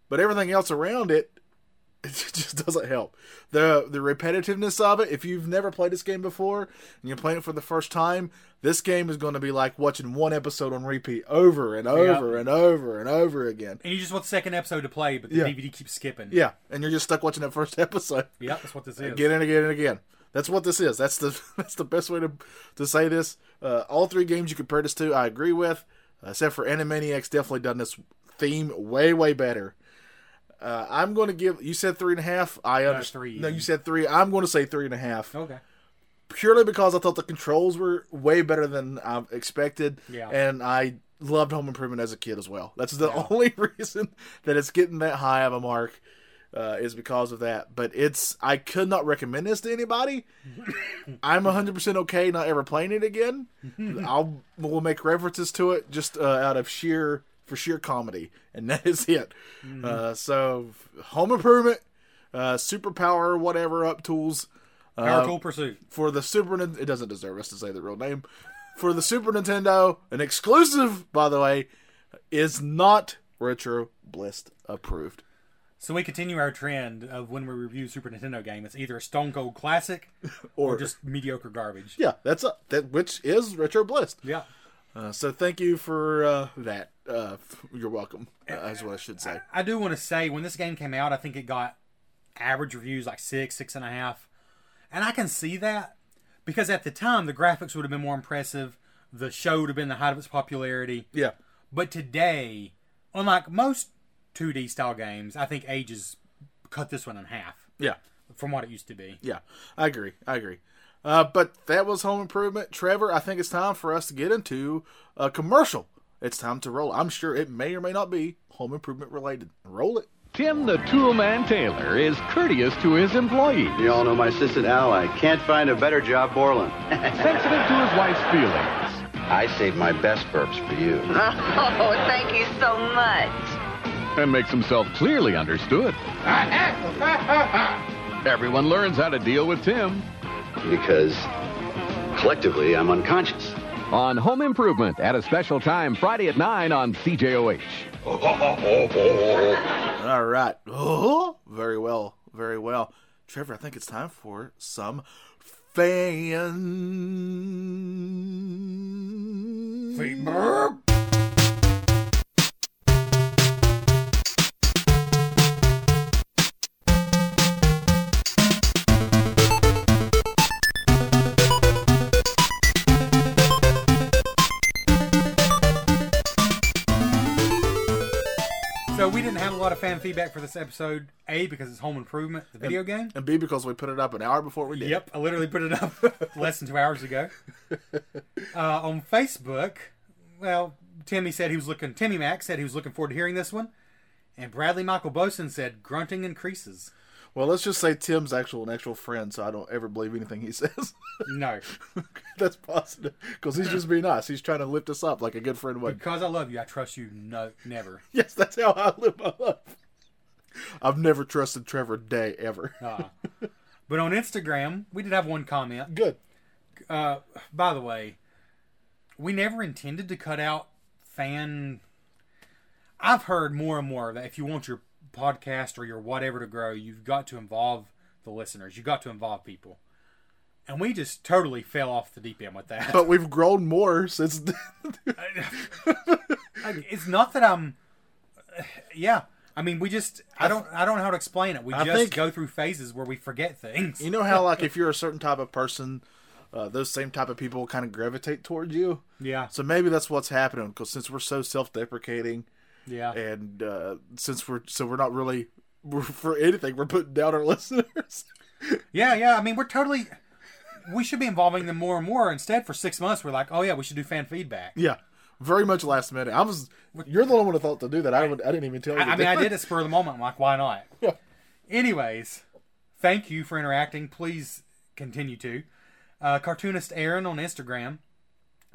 But everything else around it, it just doesn't help. The the repetitiveness of it, if you've never played this game before and you're playing it for the first time, this game is going to be like watching one episode on repeat over and over and over and over again. And you just want the second episode to play, but the Yeah. DVD keeps skipping. Yeah, and you're just stuck watching that first episode. Yep. That's what this is. Again and again and again. That's what this is. That's the that's the best way to to say this. Uh, all three games you compare this to, I agree with, Uh, except for Animaniacs. Definitely done this theme way way better. Uh, I'm going to give you said three and a half. I understand. Uh, three. Oh, No, you said three. I'm going to say three and a half Okay. purely because I thought the controls were way better than I expected. Yeah. And I loved Home Improvement as a kid as well. That's the only reason that it's getting that high of a mark uh, is because of that. But it's I could not recommend this to anybody. I'm 100% okay not ever playing it again. I'll we'll make references to it just uh, out of sheer for sheer comedy, and that is it. Uh, so Home Improvement. Uh, superpower, whatever up tools Power Tool Pursuit. for the Super Nintendo. It doesn't deserve us to say the real name. For the Super Nintendo, an exclusive, by the way, is not Retro Blist approved. So we continue our trend of when we review Super Nintendo game, it's either a Stone Cold classic or, Or- just mediocre garbage. Yeah, that's a, that which is Retro Blist. Yeah. Uh, so thank you for uh, that. Uh, you're welcome. Uh, is what I should say. I do want to say when this game came out, I think it got average reviews like six, six and a half, and I can see that because at the time the graphics would have been more impressive, the show would have been the height of its popularity. Yeah, But today, unlike most 2D style games, I think ages cut this one in half yeah, from what it used to be. yeah. I agree. I agree. Uh, but that was Home Improvement. Trevor, I think it's time for us to get into a commercial. It's time to roll. I'm sure it may or may not be Home Improvement related. Roll it. Tim the Toolman Taylor is courteous to his employees, You all know my assistant ally. Can't find a better job, Borland. sensitive to his wife's feelings. I saved my best burps for you. Oh, thank you so much. and makes himself clearly understood. Everyone learns how to deal with Tim. Because collectively, I'm unconscious. on Home Improvement at a special time Friday at 9 on CJOH. All right. Oh, very well. Very well. Trevor, I think it's time for some fan. So we didn't have a lot of fan feedback for this episode. A because it's Home Improvement, the video game. And B, because we put it up an hour before we did. Yep, I literally put it up less than two hours ago. Uh, on Facebook, well, Timmy said he was looking. Timmy Mac said he was looking forward to hearing this one, and Bradley Michael Boson said grunting increases. Well, let's just say Tim's actual an actual friend, so I don't ever believe anything he says. No, That's positive. Because he's just being nice. He's trying to lift us up like a good friend would. because I love you, I trust you. No, never. Yes, that's how I live my life. I've never trusted Trevor Day ever. But on Instagram, we did have one comment. Good. By the way, we never intended to cut out fan. I've heard more and more that if you want your podcast or your whatever to grow, you've got to involve the listeners. You've got to involve people. And we just totally fell off the deep end with that. But we've grown more since. Like, it's not that I'm. Yeah. I mean, we just I don't I don't know how to explain it. We just think- go through phases where we forget things. you know how, like, if you're a certain type of person, uh, those same type of people kind of gravitate towards you? yeah. So maybe that's what's happening. Because since we're so self deprecating, yeah. and uh, since we're. So we're not really. We're, for anything, we're putting down our listeners. Yeah, yeah. I mean, we're totally. We should be involving them more and more. Instead, for six months, we're like, oh yeah, we should do fan feedback. yeah. Very much last minute. I was. You're the only one who thought to do that. I, would, I didn't even tell you. I, I to do mean, I it. did it spur of the moment. I'm like, why not? Anyways, thank you for interacting. Please continue to. Uh, cartoonist Aaron on Instagram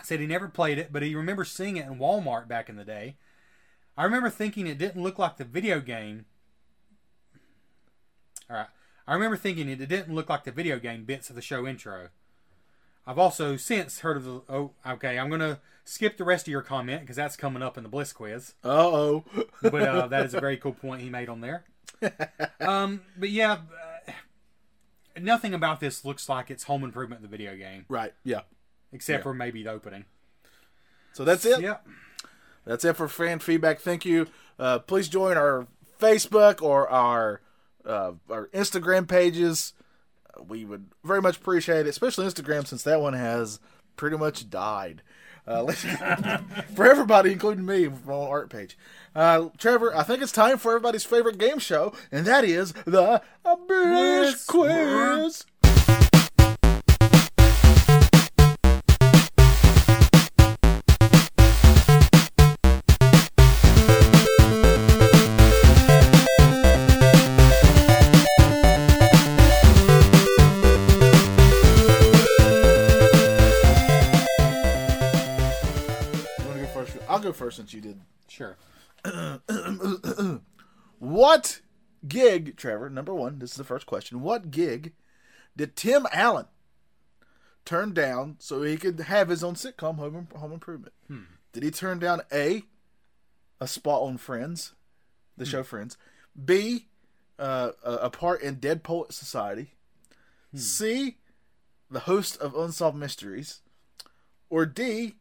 said he never played it, but he remembers seeing it in Walmart back in the day. I remember thinking it didn't look like the video game. All right. I remember thinking it didn't look like the video game bits of the show intro. I've also since heard of the. Oh, okay. I'm going to skip the rest of your comment because that's coming up in the Bliss quiz Uh oh. but uh, that is a very cool point he made on there. Um, but yeah, uh, nothing about this looks like it's Home Improvement, the video game, Right. Yeah. except for maybe the opening. So that's it. Yep. That's it for fan feedback. Thank you. Uh, please join our Facebook or our uh, our Instagram pages. Uh, We would very much appreciate it, especially Instagram, since that one has pretty much died. Uh, let's- for everybody, including me, from our art page. Uh, Trevor, I think it's time for everybody's favorite game show, and that is the British Bliss Quiz. You want to go first? I'll go first since you did Sure. What gig, Trevor, number one, this is the first question. What gig did Tim Allen turn down so he could have his own sitcom, Home, Home Improvement? Did he turn down A, a spot on Friends, the show Friends, B, uh, a a part in Dead Poet Society, C, the host of Unsolved Mysteries, or D,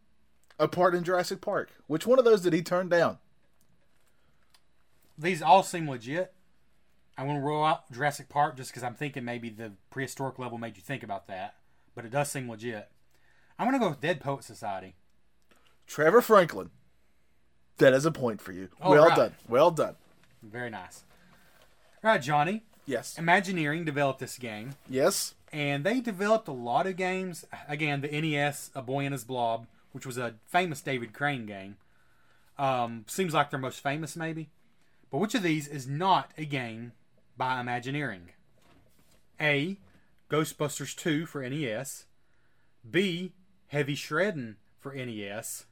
a part in Jurassic Park? Which one of those did he turn down? These all seem legit. I want to roll out Jurassic Park just because I'm thinking maybe the prehistoric level made you think about that, but it does seem legit. I'm gonna go with Dead Poet Society. Trevor Franklin. That is a point for you. All well Oh, right. done. Well done. Very nice. All right, Johnny. Yes. Imagineering developed this game. Yes. and they developed a lot of games. Again, the NES, A Boy and His Blob, which was a famous David Crane game. Um, seems like their most famous, maybe. But which of these is not a game by Imagineering? A. Ghostbusters 2 for NES. B. Heavy Shredding for NES.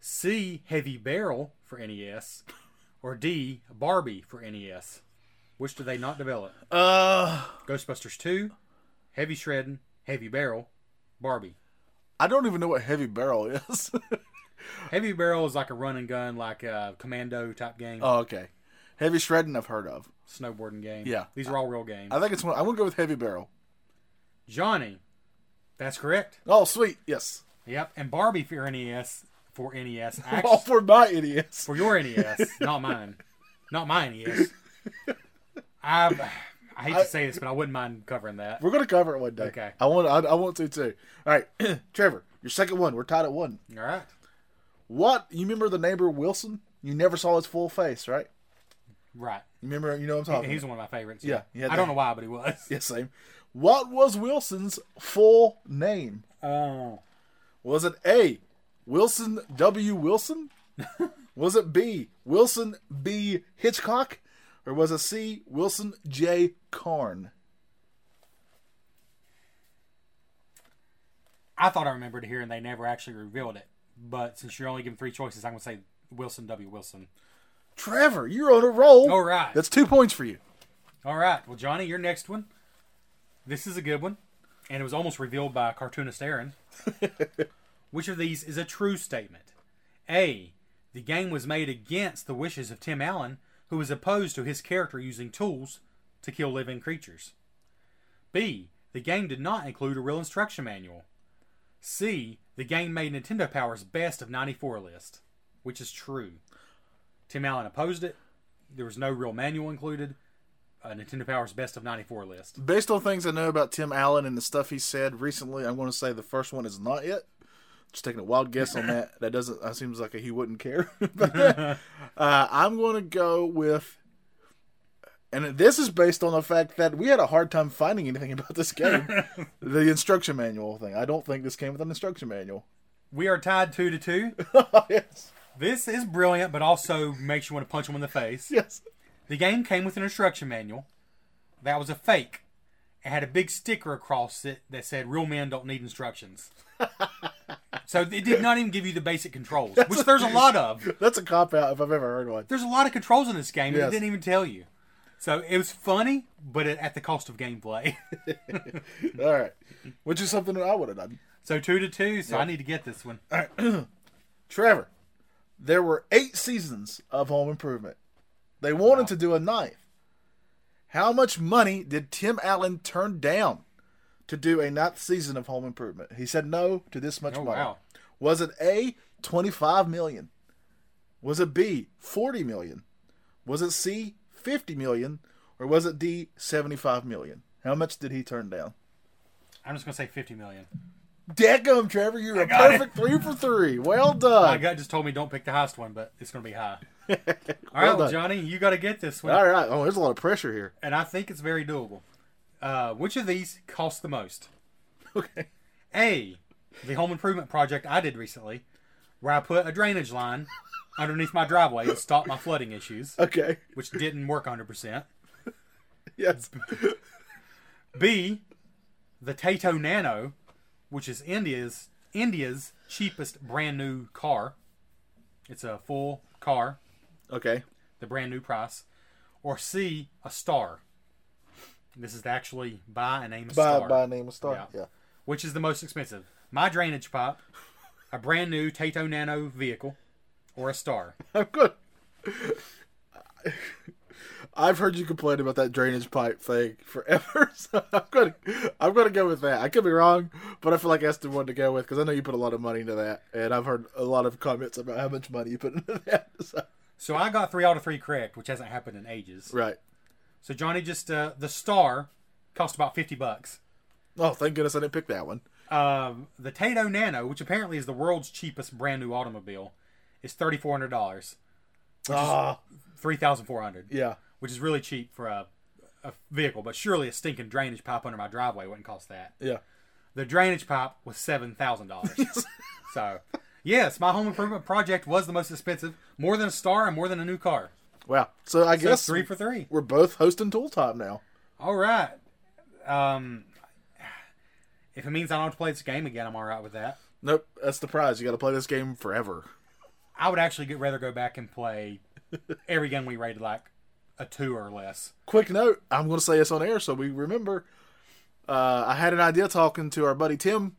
C. Heavy Barrel for NES. Or D. Barbie for NES. Which do they not develop? Uh Ghostbusters 2, Heavy Shredding, Heavy Barrel, Barbie. I don't even know what heavy barrel is. Heavy Barrel is like a run and gun, like a commando type game, oh, okay. Heavy shredding I've heard of. snowboarding game. Yeah. These are all real games. I think it's one. I want to go with heavy barrel. Johnny. That's correct. Oh, sweet. Yes. Yep. And Barbie for NES. For NES. All Actually, for my idiots. for your NES, not mine. Not my NES. I, I hate to say this, but I wouldn't mind covering that. We're gonna cover it one day. Okay. I want. I, I want to too. All right, Trevor, your second one. We're tied at one. All right. What you remember the neighbor Wilson? You never saw his full face, right? Right. You remember? You know what I'm talking. He's about. one of my favorites. Yeah, he had I don't that- know why, but he was. Yeah, same. What was Wilson's full name? Oh. Was it A. Wilson W. Wilson? was it B. Wilson B. Hitchcock? Or was it C. Wilson J. Carn? I thought I remembered here, and they never actually revealed it. But since you're only given three choices, I'm going to say Wilson W. Wilson. Trevor, you're on a roll. All right. That's two points for you. All right. Well, Johnny, your next one. This is a good one, and it was almost revealed by cartoonist Aaron. Which of these is a true statement? A. The game was made against the wishes of Tim Allen, who was opposed to his character using tools to kill living creatures. B. The game did not include a real instruction manual. C. The game made Nintendo Power's best of 94 list, which is true. Tim Allen opposed it. There was no real manual included uh, Nintendo Power's best of 94 list. Based on things I know about Tim Allen and the stuff he said recently, I'm going to say the first one is not it. Just taking a wild guess on that. That doesn't. That seems like he wouldn't care. about that. uh, I'm going to go with. And this is based on the fact that we had a hard time finding anything about this game. the instruction manual thing. I don't think this came with an instruction manual. We are tied two to two. yes. This is brilliant, but also makes you want to punch him in the face. Yes. The game came with an instruction manual that was a fake. It had a big sticker across it that said "Real men don't need instructions." so it did not even give you the basic controls, which there's a lot of. That's a cop out if I've ever heard one. There's a lot of controls in this game, and Yes. it didn't even tell you. So it was funny, but at at the cost of gameplay. All right. Which is something that I would have done. so two to two. So I need to get this one. Trevor, there were eight seasons of Home Improvement. They wanted to do a ninth. How much money did Tim Allen turn down to do a ninth season of Home Improvement? He said no to this much Oh, money. wow. Was it A, 25 million? Was it B, 40 million? Was it C, 50 million? Or was it D, 75 million? How much did he turn down? I'm just gonna say 50 million. Deckum, Trevor, you're a got it. perfect three for three. Well My done. gut just told me don't pick the highest one, but it's going to be high. All right, well, done. Johnny, you got to get this one, All right. Oh, there's a lot of pressure here. and I think it's very doable. Uh, which of these costs the most? Okay. A, the home improvement project I did recently, where I put a drainage line underneath my driveway to stop my flooding issues, Okay. which didn't work 100%. Yes. B, the Tato Nano, which is India's India's cheapest brand new car. It's a full car. Okay. the brand new price, or C, a star. This is to actually buy and name a By star. by name of star. Yeah. Yeah. Which is the most expensive? My drainage pipe, a brand new Tato Nano vehicle, or a star? I'm good. I've heard you complain about that drainage pipe thing forever, so I'm gonna I'm gonna go with that. I could be wrong, but I feel like that's the one to go with because I know you put a lot of money into that, and I've heard a lot of comments about how much money you put into that. So. So I got three out of three correct, which hasn't happened in ages. Right. So Johnny, just uh, the star cost about 50 bucks. Oh, thank goodness I didn't pick that one. Um, the Tato Nano, which apparently is the world's cheapest brand new automobile, is $3,400. Ah, 3400 yeah. which is really cheap for a, a vehicle, but surely a stinking drainage pipe under my driveway wouldn't cost that. Yeah. The drainage pipe was seven thousand dollars. so, yes, my home improvement project was the most expensive, more than a star and more than a new car. Wow. So I So guess three for three. we're both hosting Tool Time now. All right. Um, if it means I don't have to play this game again, I'm all right with that. Nope, that's the prize. You got to play this game forever. I would actually get, rather go back and play every game we rated like a two or less. quick note i'm going to say this on air so we remember uh, i had an idea talking to our buddy tim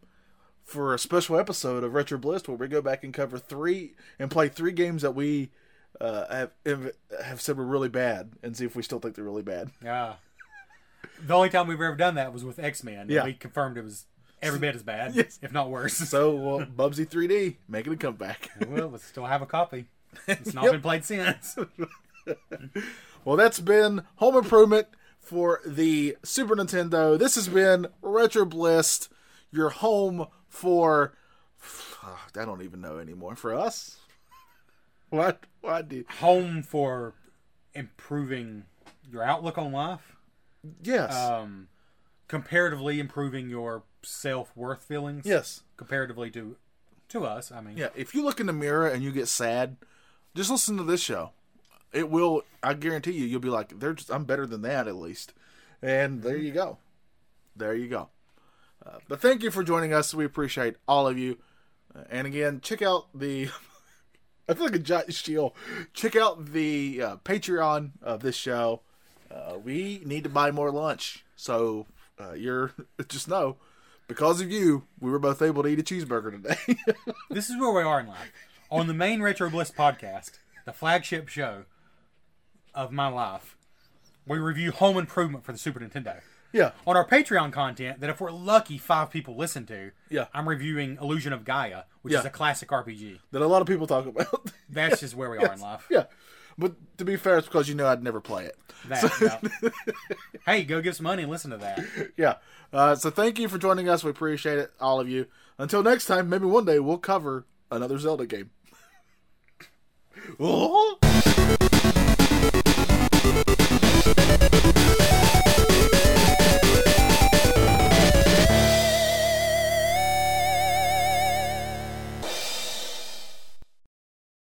for a special episode of Retro Bliss where we go back and cover three and play three games that we uh, have have- have said were really bad and see if we still think they're really bad. Yeah. The only time we've ever done that was with X Men. Yeah. We confirmed it was every bit as bad, if not worse. So uh, Bubsy 3D making a comeback. well, we still have a copy. It's not been played since. Well, that's been Home Improvement for the Super Nintendo. This has been Retro Bliss, your home for I don't even know anymore for us. What? Why do? Home for improving your outlook on life, Yes. um, comparatively improving your self worth feelings. yes. Comparatively to to us, I mean. Yeah. If you look in the mirror and you get sad, just listen to this show. It will. I guarantee you, you'll be like, "They're just, I'm better than that at least." And there you go. There you go. Uh, but thank you for joining us. We appreciate all of you. Uh, and again, check out the. I feel like a giant shield. Check out the uh, Patreon of this show. Uh, we need to buy more lunch, so uh, you're just know because of you, we were both able to eat a cheeseburger today. This is where we are in life. On the main Retro Bliss podcast, the flagship show of my life, we review Home Improvement for the Super Nintendo. yeah, On our Patreon content, that if we're lucky, five people listen to, Yeah. I'm reviewing Illusion of Gaia, which Yeah. is a classic RPG. that a lot of people talk about. That's just where we are in life. yeah, but to be fair, it's because you know I'd never play it. That, yeah. hey, go give some money and listen to that. Yeah. Uh, so thank you for joining us. We appreciate it, all of you. Until next time, maybe one day we'll cover another Zelda game.